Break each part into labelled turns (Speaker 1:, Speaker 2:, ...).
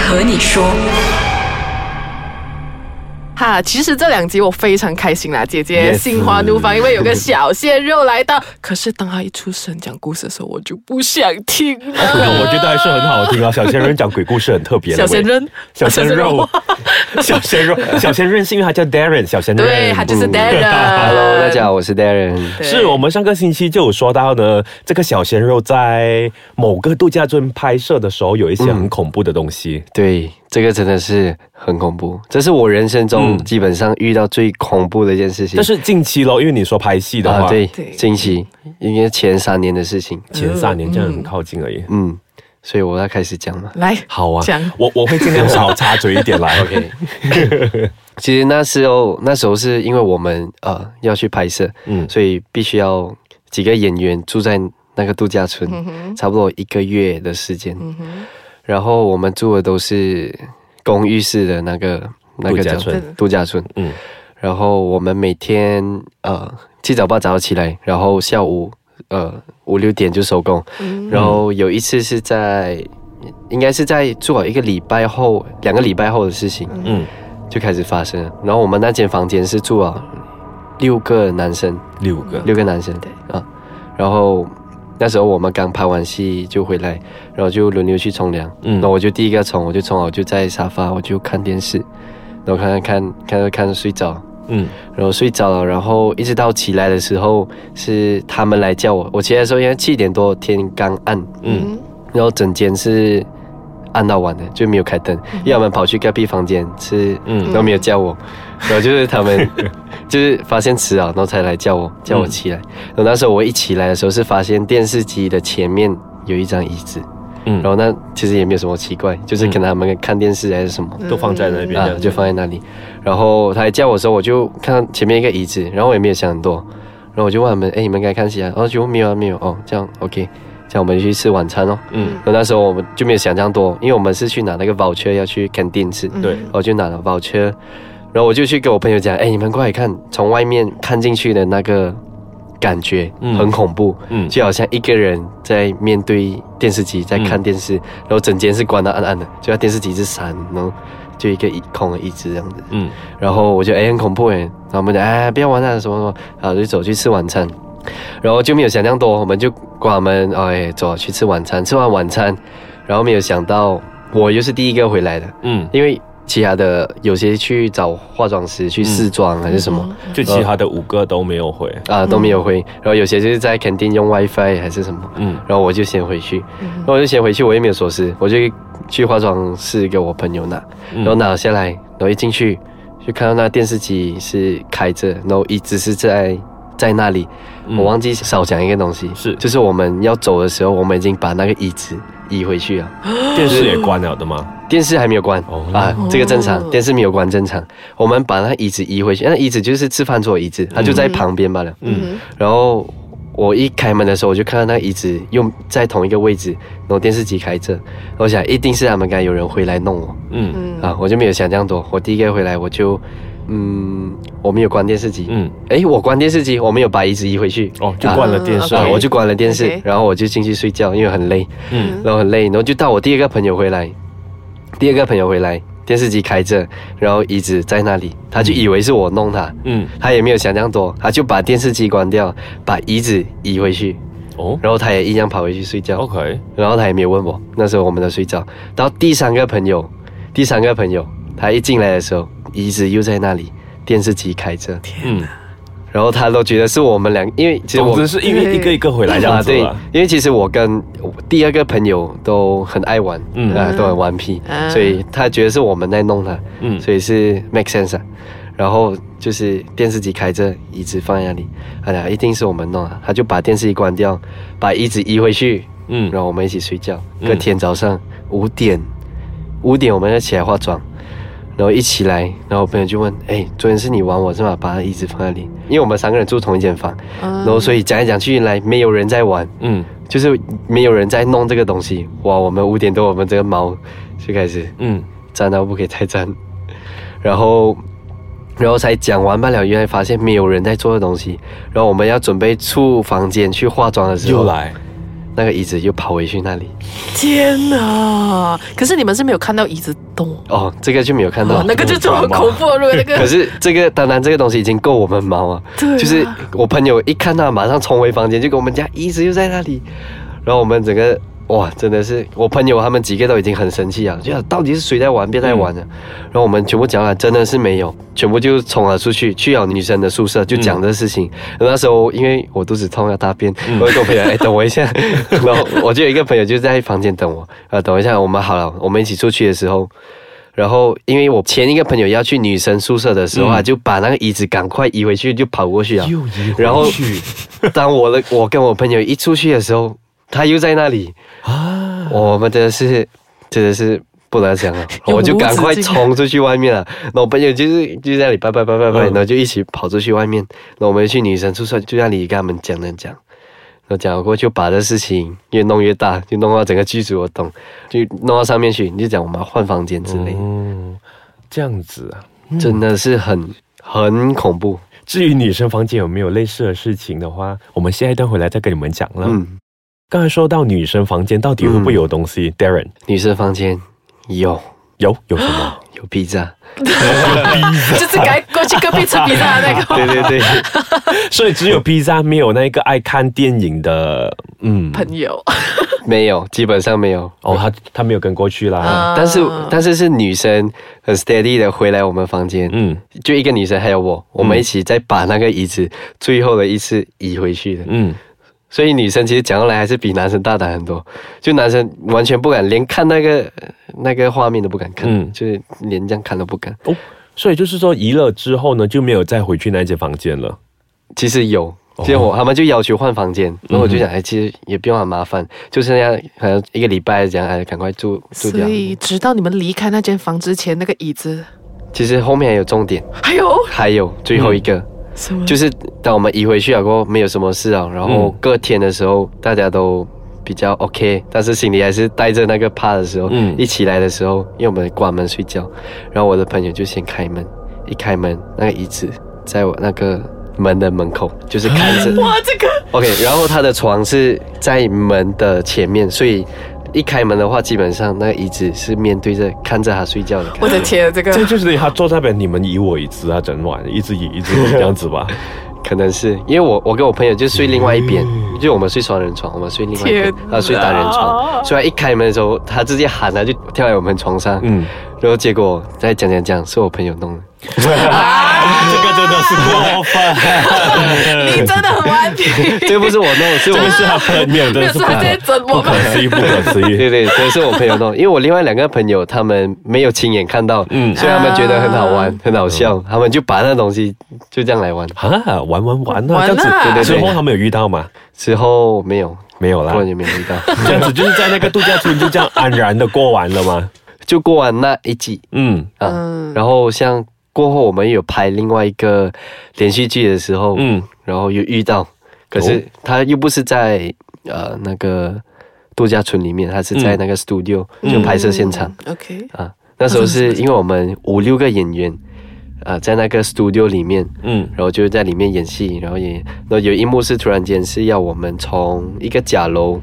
Speaker 1: 和你说。
Speaker 2: 哈，其实这两集我非常开心啦，姐姐
Speaker 3: Yes
Speaker 2: 心花怒放，因为有个小鲜肉来到。可是当他一出声讲故事的时候，我就不想听了。
Speaker 3: 那 我觉得还是很好听啊。小鲜肉讲鬼故事很特别的
Speaker 2: 小鲜
Speaker 3: 味，
Speaker 2: 肉，
Speaker 3: 小鲜肉， 小鲜肉，小鲜肉是因为他叫 Darren，小鲜肉，
Speaker 2: 对他就是 Darren。
Speaker 4: Hello，大家
Speaker 3: 嗯
Speaker 4: 好，我是 Darren。
Speaker 2: 对
Speaker 3: 是我们上个星期就有说到呢，这个小鲜肉在某个度假村拍摄的时候，有一些很恐怖的东西。
Speaker 4: 对，这个真的是很恐怖，这是我人生中
Speaker 3: 嗯
Speaker 4: 基本上遇到最恐怖的一件事情。
Speaker 3: 但是近期咯，因为你说拍戏的话，
Speaker 4: 啊，对
Speaker 2: 对，
Speaker 4: 近期应该前三年的事情。
Speaker 3: 前三年这样很靠近而已。
Speaker 4: 嗯，所以我要开始讲了。
Speaker 2: 来，
Speaker 3: 好啊
Speaker 2: 讲，
Speaker 3: 我我会尽量少插嘴一点来。OK，
Speaker 4: 其实那时候，那时候是因为我们呃要去拍摄，
Speaker 3: 嗯，
Speaker 4: 所以必须要几个演员住在那个度假村，
Speaker 3: 嗯
Speaker 4: 差不多一个月的时间。然后我们住的都是公寓式的那个那个
Speaker 3: 度假
Speaker 4: 叫
Speaker 3: 村
Speaker 4: 度假村。
Speaker 3: 嗯，
Speaker 4: 然后我们每天呃七早八早起来，然后下午呃五六点就收工。然后有一次是在应该是在做一个礼拜后，两个礼拜后的事情。
Speaker 3: 嗯，
Speaker 4: 就开始发生了。然后我们那间房间是住了六个男生，
Speaker 3: 六个，
Speaker 4: 六个男生
Speaker 2: 对
Speaker 4: 啊。然后那时候我们刚拍完戏就回来，然后就轮流去冲凉。
Speaker 3: 嗯
Speaker 4: 嗯，那我就第一个冲，我就冲好，我就在沙发，我就看电视，然后看看看看看看睡着，
Speaker 3: 嗯
Speaker 4: 然后睡着了，然后一直到起来的时候是他们来叫我。我起来的时候应该七点多，天刚暗，
Speaker 3: 嗯，
Speaker 4: 然后整间是暗到晚的，就没有开灯。因为他们跑去隔壁房间吃，
Speaker 3: 嗯
Speaker 4: 嗯，都没有 叫我，然后就是他们就是发现迟了，然后才来叫我，叫我
Speaker 3: 嗯
Speaker 4: 起来。然后那时候我一起来的时候是发现电视机的前面有一张椅子，
Speaker 3: 嗯
Speaker 4: 然后那其实也没有什么奇怪，就是可
Speaker 3: 嗯
Speaker 4: 能他们看电视还是什么。
Speaker 3: 都放在那边这
Speaker 4: 啊，
Speaker 3: 样
Speaker 4: 就放在那里。然后他来叫我的时候，我就看到前面一个椅子，然后我也没有想很多，然后我就问他们：“哎，你们该看戏啊？”哦，就没有啊，没有哦，这样 OK，这样我们去吃晚餐哦。
Speaker 3: 嗯，
Speaker 4: 那那时候我们就没有想这样多，因为我们是去拿那个 voucher 要去 canteen 吃，
Speaker 2: 嗯
Speaker 3: 对，
Speaker 4: 我就拿了 voucher，然后我就去跟我朋友讲，哎，你们过来看，从外面看进去的那个感觉
Speaker 3: 嗯
Speaker 4: 很恐怖，
Speaker 3: 嗯
Speaker 4: 就好像一个人在面对电视机在看电视，然后整间是关的暗暗的，就那电视机是闪，然后就一个椅空的椅子这样子，
Speaker 3: 嗯
Speaker 4: 然后我就哎很恐怖哎，然后我们讲哎不要玩了什么什么，然后就走去吃晚餐，然后就没有想那样多，我们就关我们哎走去吃晚餐，吃完晚餐，然后没有想到我又是第一个回来的，
Speaker 3: 嗯，
Speaker 4: 因为其他的有些去找化妆师去试妆还是什么。
Speaker 2: 嗯
Speaker 3: 嗯就其他的五个都没有回。
Speaker 4: 啊，都没有回，然后有些就是在肯定用 WiFi 还是什么，
Speaker 3: 嗯
Speaker 4: 然后我就先回去，然后我就先回去，我也没有锁匙，我就去化妆室给我朋友拿，
Speaker 3: 嗯
Speaker 4: 然后拿下来，然后一进去就看到那电视机是开着，然后椅子是在在那里，
Speaker 3: 嗯
Speaker 4: 我忘记少讲一个东西，
Speaker 3: 是
Speaker 4: 就是我们要走的时候，我们已经把那个椅子移回去了，
Speaker 3: 电视也关了的吗？
Speaker 4: 电视还没有关、
Speaker 3: 哦
Speaker 4: 啊，这个正常
Speaker 2: 哦，
Speaker 4: 电视没有关正常。我们把那椅子移回去，那椅子就是吃饭桌的椅
Speaker 3: 嗯
Speaker 4: 子，它就在旁边罢了。
Speaker 2: 嗯，
Speaker 4: 然后我一开门的时候，我就看到那椅子又在同一个位置，然后电视机开着，我想一定是他们刚才有人回来弄我、
Speaker 3: 嗯
Speaker 4: 啊，我就没有想这样多。我第一个回来我就，嗯，我没有关电视机，
Speaker 3: 嗯，
Speaker 4: 诶，我关电视机，我没有把椅子移回去，
Speaker 3: 哦，就关了电视
Speaker 2: 嗯
Speaker 4: 啊，
Speaker 2: OK
Speaker 4: 我就关了电视
Speaker 2: OK
Speaker 4: 然后我就进去睡觉，因为很累，
Speaker 3: 嗯
Speaker 4: 嗯，然后很累，然后就到我第二个朋友回来，第二个朋友回来，电视机开着，然后椅子在那里，他就以为是我弄他，
Speaker 3: 嗯
Speaker 4: 他也没有想这样多，他就把电视机关掉，把椅子移回去，
Speaker 3: 哦
Speaker 4: 然后他也一样跑回去睡觉，
Speaker 3: ，OK，
Speaker 4: 然后他也没有问我，那时候我们都睡觉。到第三个朋友，第三个朋友，他一进来的时候，椅子又在那里，电视机开着，
Speaker 3: 嗯，
Speaker 4: 然后他都觉得是我们两，因为其实
Speaker 3: 总
Speaker 4: 我
Speaker 3: 之是因为一个一个回来这样
Speaker 4: 啊，
Speaker 3: 子
Speaker 4: 对
Speaker 3: 了。，
Speaker 4: 因为其实我跟我第二个朋友都很爱玩，
Speaker 3: 嗯
Speaker 4: 啊，都很顽皮，
Speaker 2: 啊
Speaker 4: 所以他觉得是我们在弄他，
Speaker 3: 嗯
Speaker 4: 所以是 make sense 啊。然后就是电视机开着，椅子放在那里，他俩一定是我们弄啊，他就把电视机关掉，把椅子移回去，
Speaker 3: 嗯
Speaker 4: 然后我们一起睡觉。
Speaker 3: 嗯
Speaker 4: 隔天早上五点，五点我们要起来化妆，然后一起来，然后我朋友就问：“哎，昨天是你玩我是吗？把椅子放在那里，因为我们三个人住同一间房，然后所以讲来讲去，原来没有人在玩，
Speaker 3: 嗯
Speaker 4: 就是没有人在弄这个东西。哇，我们五点多，我们这个毛就开始
Speaker 3: 嗯
Speaker 4: 站到不可以再站，然后。然后才讲完罢了，原来发现没有人在做的东西。然后我们要准备出房间去化妆的时
Speaker 3: 嗯
Speaker 4: 候，
Speaker 3: 又来，
Speaker 4: 那个椅子又跑回去那里。
Speaker 2: 天哪！可是你们是没有看到椅子动，
Speaker 4: 哦，这个就没有看到。
Speaker 2: 哦，那个就是很恐怖。如果 那
Speaker 4: 可
Speaker 2: 个，
Speaker 4: 是这个当然这个东西已经够我们忙了，
Speaker 2: 对啊
Speaker 4: 就是我朋友一看到马上冲回房间，就跟我们家椅子又在那里，然后我们整个哇真的是我朋友他们几个都已经很生气啊，就想到底是谁在玩，别再玩啊了。然后我们全部讲了，真的是没有，全部就冲了出去，去了女生的宿舍就讲这事
Speaker 3: 嗯
Speaker 4: 情。那时候因为我肚子痛要大便，我就跟我朋友哎等我一下， 然后我就有一个朋友就在房间等我，啊等我一下，我们好了，我们一起出去的时候。然后，因为我前一个朋友要去女生宿舍的时候啊，就把那个椅子赶快移回去，就跑过去啊。
Speaker 3: 嗯又移回去
Speaker 4: 然后，当我的我跟我朋友一出去的时候，他又在那里，
Speaker 3: 啊，
Speaker 4: 我们真的是真的是不能 讲了，啊
Speaker 2: 永无
Speaker 4: 我就
Speaker 3: 啊
Speaker 4: 赶快
Speaker 2: 止境
Speaker 4: 冲出去外面了。那我朋友就是就在那里拜拜拜拜拜，
Speaker 3: 嗯
Speaker 4: 然后就一起跑出去外面。那我们去女生宿舍，就在那里跟他们讲讲讲。然后讲了过后就把这事情越弄越大，就弄到整个剧组我懂，就弄到上面去，你就讲我们要换房间之类的。
Speaker 3: 嗯，这样子啊。
Speaker 4: 真的是很很恐怖。
Speaker 3: 至于女生房间有没有类似的事情的话，我们下一段回来再跟你们讲了。
Speaker 4: 嗯，
Speaker 3: 刚才说到女生房间到底会不会有东西、d a r r e n
Speaker 4: 女生房间有
Speaker 3: 有有什 么？
Speaker 4: 有 B 站，
Speaker 2: 就是该过去隔壁吃披萨的那个
Speaker 4: 对对对，
Speaker 3: 所以只有 B 站没有那个爱看电影的， 嗯，
Speaker 2: 朋友。
Speaker 4: 没有，基本上没有。
Speaker 3: 哦，他他没有跟过去啦，
Speaker 2: 啊
Speaker 4: 但是但是是女生很 steady 的回来我们房间，
Speaker 3: 嗯
Speaker 4: 就一个女生还有我，我们一起再把那个椅子最后的一次移回去的。
Speaker 3: 嗯，
Speaker 4: 所以女生其实讲来还是比男生大胆很多，就男生完全不敢，连看那个那个画面都不敢看，
Speaker 3: 嗯
Speaker 4: 就是连这样看都不敢。
Speaker 3: 哦，所以就是说移了之后呢，就没有再回去那间房间了。
Speaker 4: 其实有，
Speaker 3: 哦
Speaker 4: 结果他们就要求换房间，
Speaker 3: 嗯
Speaker 4: 然后我就想，哎，其实也不用很麻烦，就剩下好像一个礼拜这样，哎，赶快住住
Speaker 2: 所
Speaker 4: 掉。
Speaker 2: 以，直到你们离开那间房之前，那个椅子
Speaker 4: 其实后面还有重点，
Speaker 2: 还有
Speaker 4: 还有最后一个，
Speaker 2: 什么？
Speaker 4: 就是当我们移回去了过后，没有什么事啊，然后
Speaker 3: 嗯
Speaker 4: 隔天的时候大家都。比较 OK，但是心里还是带着那个怕的时候，
Speaker 3: 嗯
Speaker 4: 一起来的时候，因为我们关门睡觉，然后我的朋友就先开门，一开门那个椅子在我那个门的门口，就是开着，
Speaker 2: 哇，这个
Speaker 4: OK，然后他的床是在门的前面，所以一开门的话，基本上那个椅子是面对着看着他睡觉的感觉。
Speaker 2: 我的天，这个
Speaker 3: 这就是他坐那边，你们移我一只啊，整晚一直移一直移这样子吧。
Speaker 4: 可能是因为我我跟我朋友就睡另外一边，就我们睡双人床，我们睡另外一边
Speaker 2: 天，
Speaker 4: 他睡单人
Speaker 2: 哪
Speaker 4: 床，所以他一开门的时候，他直接喊啊他就跳来我们床上，
Speaker 3: 嗯，
Speaker 4: 然后结果再讲讲讲，是我朋友弄的。
Speaker 3: 这个真的是过
Speaker 2: 你
Speaker 3: 分，
Speaker 2: 真的很顽皮，
Speaker 4: 这不是我弄，是我
Speaker 3: 这个是他朋友，真的是
Speaker 2: 没有是他在整
Speaker 3: 不
Speaker 2: 我们
Speaker 3: 可思议，不可思
Speaker 4: 对
Speaker 3: 议。
Speaker 4: 对，这是我朋友弄，因为我另外两个朋友他们没有亲眼看到，
Speaker 3: 嗯
Speaker 4: 所以他们觉得很好玩、
Speaker 2: 啊
Speaker 4: 很好笑，他们就把那东西就这样来玩。
Speaker 3: 啊，玩玩玩啊，
Speaker 2: 玩啊
Speaker 3: 这样子。
Speaker 2: 对
Speaker 4: 对对
Speaker 3: 之后他们有遇到吗？
Speaker 4: 之后没有，
Speaker 3: 没有啦
Speaker 4: 后，来就没有遇到，
Speaker 3: 这样子就是在那个度假村就这样安然的过完了吗？
Speaker 4: 就过完那一季
Speaker 3: 嗯
Speaker 4: 啊。
Speaker 2: 嗯
Speaker 4: 然后像过后我们有拍另外一个连续剧的时候，
Speaker 3: 嗯，
Speaker 4: 然后又遇到，可
Speaker 3: 哦
Speaker 4: 是他又不是在呃那个度假村里面，他是在
Speaker 3: 嗯
Speaker 4: 那个 studio、就拍摄现场。
Speaker 2: 嗯 OK，
Speaker 4: 啊，那时候是因为我们五六个演员，啊，在那个 studio 里面，
Speaker 3: 嗯
Speaker 4: 然后就在里面演戏，然后也，然后有一幕是突然间是要我们从一个假楼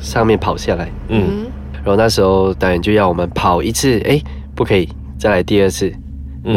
Speaker 4: 上面跑下来，
Speaker 3: 嗯，
Speaker 2: 嗯，
Speaker 4: 然后那时候导演就要我们跑一次，哎，不可以，再来第二次。然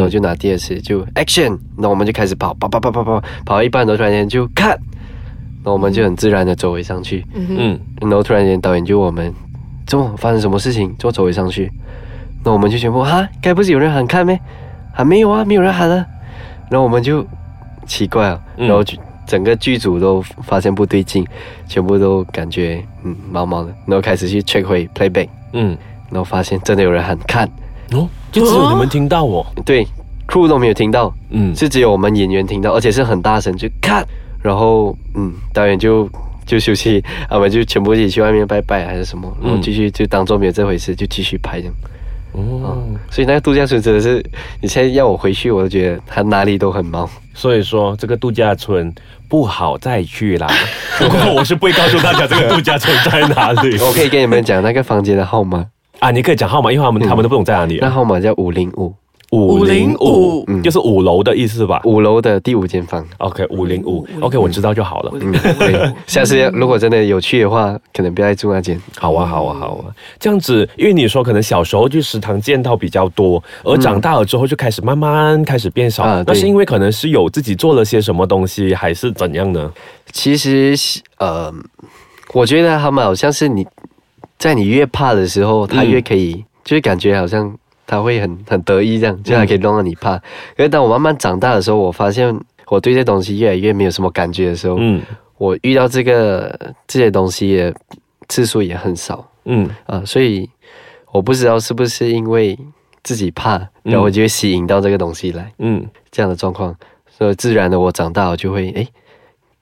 Speaker 3: 嗯
Speaker 4: 后就拿第二次就 action，那我们就开始跑，跑跑跑跑跑，跑到一半，然后突然间就 cut，那我们就很自然的走回上去，
Speaker 3: 嗯
Speaker 4: 然后突然间导演就问我们，怎么发生什么事情？就走回上去，那我们就全部哈，该不是有人喊看咩？喊没有啊，没有人喊啊。然后我们就奇怪啊，
Speaker 3: 嗯
Speaker 4: 然后就整个剧组都发现不对劲，全部都感觉嗯毛毛的，然后开始去 check 回 playback，
Speaker 3: 嗯，
Speaker 4: 然后发现真的有人喊看，
Speaker 3: 哦，就只有你们听到我，
Speaker 4: 对，crew 都没有听到，
Speaker 3: 嗯，
Speaker 4: 是只有我们演员听到，而且是很大声，就看，然后嗯，导演就就休息，他们就全部一起去外面拜拜还是什么，然后
Speaker 3: 嗯
Speaker 4: 继续就当做没有这回事，就继续拍这样。
Speaker 3: 哦，
Speaker 4: 所以那个度假村真的是，你现在要我回去，我都觉得它哪里都很忙。
Speaker 3: 所以说这个度假村不好再去啦。不过 我是不会告诉大家这个度假村在哪 里
Speaker 4: 我可以跟你们讲那个房间的号码，
Speaker 3: 啊，你可以讲号码，因为他们他们都不懂在哪里
Speaker 4: 那
Speaker 3: 啊。
Speaker 4: 号码叫五零五，
Speaker 3: 五零五
Speaker 2: 505
Speaker 3: 就是五楼的意思吧
Speaker 4: 五楼的第五间房。
Speaker 3: ？OK，五零五
Speaker 2: 505
Speaker 3: ，OK，我知道就好了。
Speaker 2: 我
Speaker 4: 嗯，对，下次要如果真的有去的话，可能不要再住那间。
Speaker 3: 好啊，好啊，好啊，这样子，因为你说可能小时候去食堂见到比较多，而长大了之后就开始慢慢开始变少，
Speaker 4: 啊
Speaker 3: 那
Speaker 4: 对
Speaker 3: 是因为可能是有自己做了些什么东西，还是怎样呢？
Speaker 4: 其实是，呃，我觉得他们好像是你在你越怕的时候，他越可以，就是感觉好像他会很很得意这样，就还可以弄到你怕。可是当我慢慢长大的时候，我发现我对这东西越来越没有什么感觉的时候，
Speaker 3: 嗯
Speaker 4: 我遇到这个这些东西也次数也很少
Speaker 3: 嗯
Speaker 4: 啊、所以我不知道是不是因为自己怕，然后我就会吸引到这个东西来。
Speaker 3: 嗯，
Speaker 4: 这样的状况，所以自然的我长大我就会诶，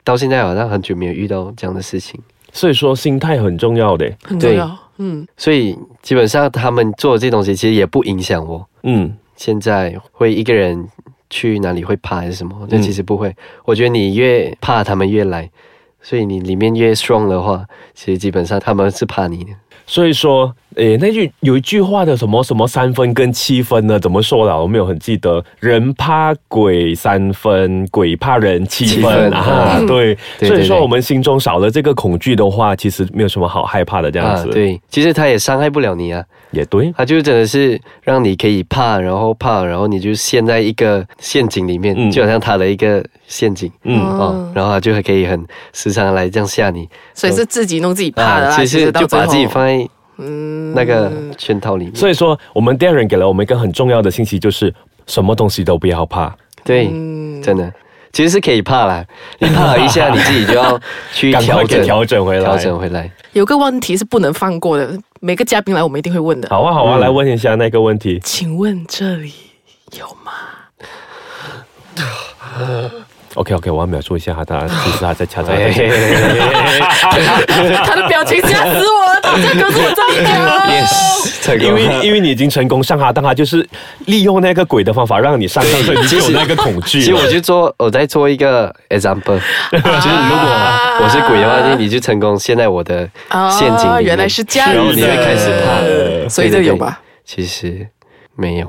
Speaker 4: 到现在好像很久没有遇到这样的事情，
Speaker 3: 所以说心态很重要的。
Speaker 2: 很重要。嗯，
Speaker 4: 所以基本上他们做的这些东西其实也不影响我
Speaker 3: 嗯
Speaker 4: 现在会一个人去哪里会怕还是什么，这
Speaker 3: 嗯
Speaker 4: 其实不会。我觉得你越怕他们越来，所以你里面越 strong 的话，其实基本上他们是怕你的。
Speaker 3: 所以说，诶，那句有一句话的什么什么三分跟七分呢？怎么说啊的？我没有很记得。人怕鬼三分，鬼怕人七分
Speaker 4: 七分
Speaker 3: 啊。
Speaker 4: 嗯
Speaker 3: 对，
Speaker 4: 对
Speaker 3: 所以
Speaker 4: 对
Speaker 3: 说
Speaker 4: 对
Speaker 3: 我们心中少了这个恐惧的话，其实没有什么好害怕的。这样
Speaker 4: 啊
Speaker 3: 子，，，
Speaker 4: 对，其实他也伤害不了你啊，
Speaker 3: 也对。
Speaker 4: 他就真的是让你可以怕，然后怕，然后你就陷在一个陷阱里面，
Speaker 3: 嗯
Speaker 4: 就好像他的一个陷阱。
Speaker 3: 嗯，
Speaker 4: 哦
Speaker 2: 哦，，
Speaker 4: 然后他就会可以很时常来这样吓你，啊
Speaker 2: 所以是自己弄自己怕的啦。
Speaker 4: 其实
Speaker 2: 到
Speaker 4: 就把
Speaker 2: 最后
Speaker 4: 自己放在
Speaker 2: 嗯
Speaker 4: 那个圈套里面。
Speaker 3: 所以说我们第二人给了我们一个很重要的信息，就是什么东西都不要怕，
Speaker 4: 对，
Speaker 2: 嗯
Speaker 4: 真的其实是可以怕啦，你怕了一下，你自己就要去
Speaker 3: 赶快
Speaker 4: 调
Speaker 3: 给
Speaker 4: 整，
Speaker 3: 调整回来。
Speaker 4: 调整回来。
Speaker 2: 有个问题是不能放过的，每个嘉宾来我们一定会问的。
Speaker 3: 好啊，好
Speaker 4: 嗯
Speaker 3: 啊，来问一下那个问题。
Speaker 2: 请问这 里有吗？
Speaker 3: OK OK，我要描述一下他的答案，其实他在掐在那边。
Speaker 2: 他的表情吓死我了，他这个是我在 讲。
Speaker 4: 啊 yes，成功
Speaker 3: 因为 因为你已经成功上哈，但他就是利用那个鬼的方法让你上当，所以你就有那个恐惧
Speaker 4: 其
Speaker 3: 了。
Speaker 4: 实我就做，我在做一个 example，就是如果我是鬼的话，那你就成功陷在我的陷阱里
Speaker 2: 啊，
Speaker 4: 面
Speaker 2: 原来是这样子，
Speaker 4: 然后你会开始
Speaker 3: 对
Speaker 4: 怕，
Speaker 2: 所以这
Speaker 4: 对
Speaker 2: 个有吧？？
Speaker 4: 对其实没有，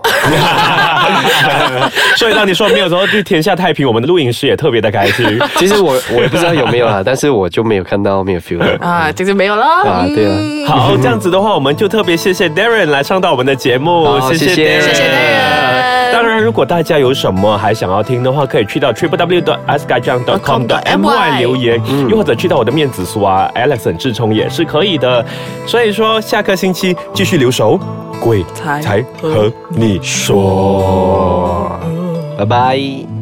Speaker 3: 所以当你说没有时候，就天下太平，我们的录影师也特别的开心。
Speaker 4: 其实我我也不知道有没有啦，但是我就没有看到，没有 feel 到。
Speaker 2: 啊，这就没有了。
Speaker 4: 啊对啊
Speaker 2: 嗯
Speaker 3: 好，这样子的话，我们就特别谢谢 Darren 来上到我们的节目，
Speaker 4: 好谢谢
Speaker 3: Darren
Speaker 2: 谢谢 Darren
Speaker 3: 当然，如果大家有什么还想要听的话，可以去到 triple w 的 a s k a j a n g c o m 的 my 留言，又或者去到我的面子书啊，Alex 很志聪也是可以的。所以说，下个星期继续留守，鬼
Speaker 2: 才
Speaker 3: 才和你说。
Speaker 4: 哦
Speaker 2: 嗯
Speaker 4: 拜拜。